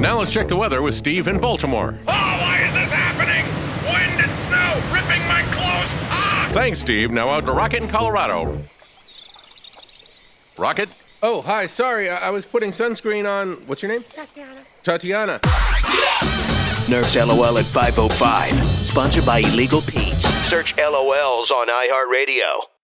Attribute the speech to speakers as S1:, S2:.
S1: Now let's check the weather with Steve in Baltimore.
S2: Oh, why is this happening? Wind and snow ripping my clothes. Ah!
S1: Thanks, Steve. Now out to Rocket in Colorado. Rocket?
S3: Oh, hi. Sorry, I, I was putting sunscreen on. What's your name?
S4: Tatiana.
S3: Tatiana.
S5: Nerf's LOL at 505. Sponsored by Illegal Pete's. Search LOLs on iHeartRadio.